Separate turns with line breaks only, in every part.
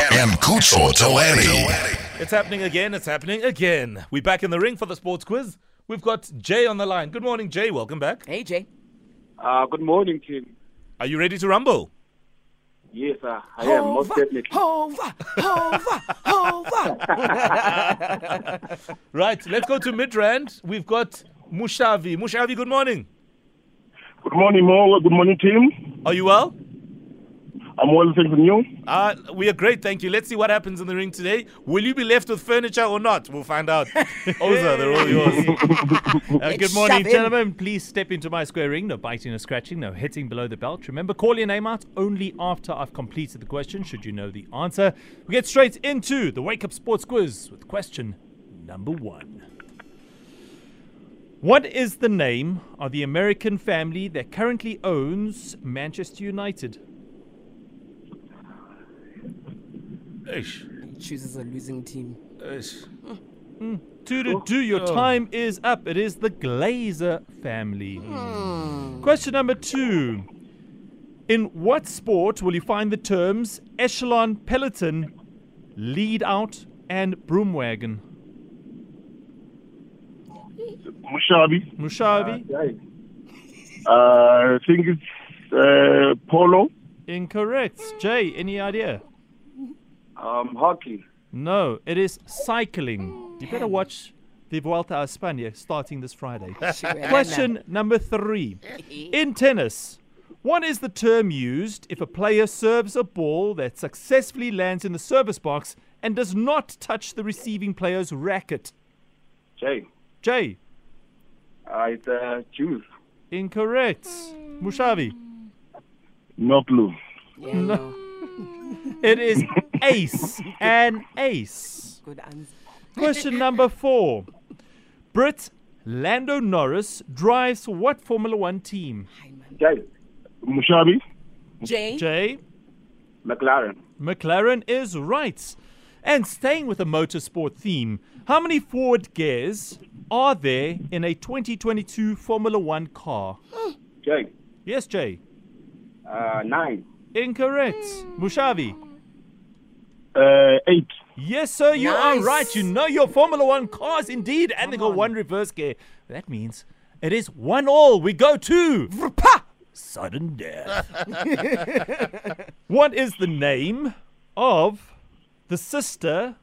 Kucho Tawani.
It's happening again. It's happening again. We're back in the ring for the sports quiz. We've got Jay on the line. Good morning, Jay. Welcome back.
Hey, Jay.
Uh, good morning, team.
Are you ready to rumble?
Yes, uh, I am most definitely.
Hova, Hova, Hova.
Right. Let's go to Midrand. We've got Mushavi. Mushavi, good morning.
Good morning, Mo. Good morning, team.
Are you well?
I'm well, thanks to you.
Uh, we are great, thank you. Let's see what happens in the ring today. Will you be left with furniture or not? We'll find out. Oza, they're all yours.
Uh, good
Let's
morning,
shove in.
gentlemen. Please step into my square ring. No biting or scratching, no hitting below the belt. Remember, call your name out only after I've completed the question, should you know the answer. We get straight into the Wake Up Sports Quiz with question number one. What is the name of the American family that currently owns Manchester United?
Ish,
Chooses a losing team.
ish.
Two to two, your time is up. It is the Glazer family. Question number two. In what sport will you find the terms echelon peloton, lead out, and broom wagon?
Mushabi.
Mushavi,
Right.
Uh, I think it's uh, Polo.
incorrect. Jay, any idea?
Um, hockey.
No, it is cycling. You better watch the Vuelta a España starting this Friday.
Chihuahua.
Question number three. In tennis, what is the term used if a player serves a ball that successfully lands in the service box and does not touch the receiving player's racket?
Jay.
Jay,
Uh, it's uh, Jews.
incorrect. Mushavi,
No clue.
Yeah, no.
it is ace and ace.
Good answer.
Question number four. Brit Lando Norris drives for what Formula One team?
Hi, man.
Jay.
Mushabi.
Jay.
Jay,
McLaren.
McLaren is right. And staying with the motorsport theme, how many forward gears are there in a 2022 Formula One car?
Jay.
Yes, Jay.
Uh, nine.
Incorrect. Mushavi.
Uh, eight.
Yes, sir, you are
Nice.
right. You know your Formula One cars indeed. And they got
on.
one reverse gear. That means it is one all. We go to Vrpa! sudden death. what is the name of the sister?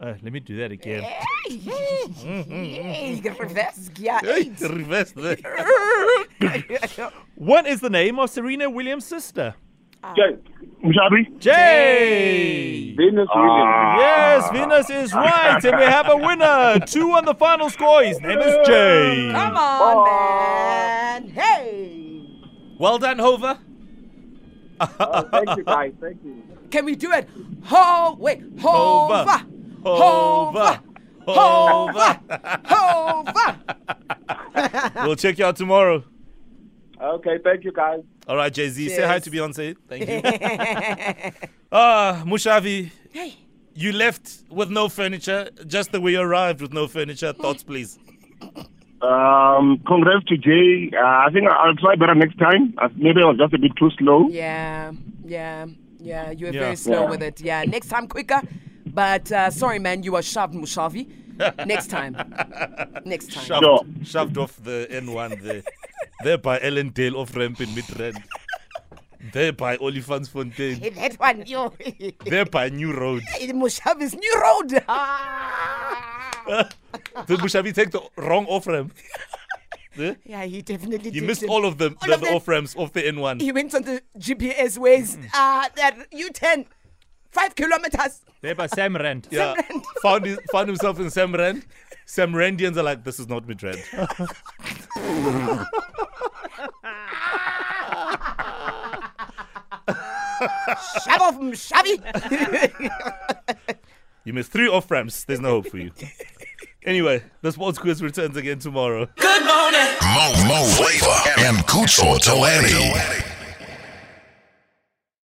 Uh, let me do that again.
Hey, reverse gear eight.
Reverse the.
What is the name of Serena Williams' sister?
Jay.
Mushabi.
Jay!
Venus Williams.
Yes, Venus is right, and we have a winner. Two on the final score. His name is
Come
Jay.
on, man. Hey.
Well done, Hova.
Oh, thank you, guys. Thank you.
Can we do it? Ho, wait. Hova.
Hova.
Hova. Hova.
We'll check you out tomorrow.
Okay, thank you, guys.
All right, Jay Z. Say hi
Cheers.
to Beyonce. Thank you. Ah, Mushavi,
Hey.
you left with no furniture, just the way you arrived with no furniture. Thoughts, please.
Um, congrats to Jay. Uh, I think I'll try better next time. Uh, maybe I was just a bit too slow.
Yeah, yeah, yeah. You were
Yeah.
very slow
Yeah.
with it. Yeah, next time quicker. But uh, sorry, man, you were shoved, Mushavi. Next time. Next time.
Shoved,
Sure.
shoved off the N1 there. there by Ellendale off ramp in Midrand. there by Olifantsfontein.
That one, you.
There by New Road.
Mushavi's new road. Ah.
Did Mushavi take the wrong off ramp?
yeah, he definitely
You
did
missed
it.
all of them,
All
the,
of
the
them.
off ramps off the N1.
He went on the GPS ways.
Mm.
Ah, that U10, five kilometers.
There by Sam Rand.
Yeah. found, his, found himself in Samrand. Samrandians are like, this is not Midrand.
Shove off, Mushavi.
You missed three off ramps. There's no hope for you. Anyway, the sports quiz returns again tomorrow.
Mo Mo Flavor and Kucho Tawani.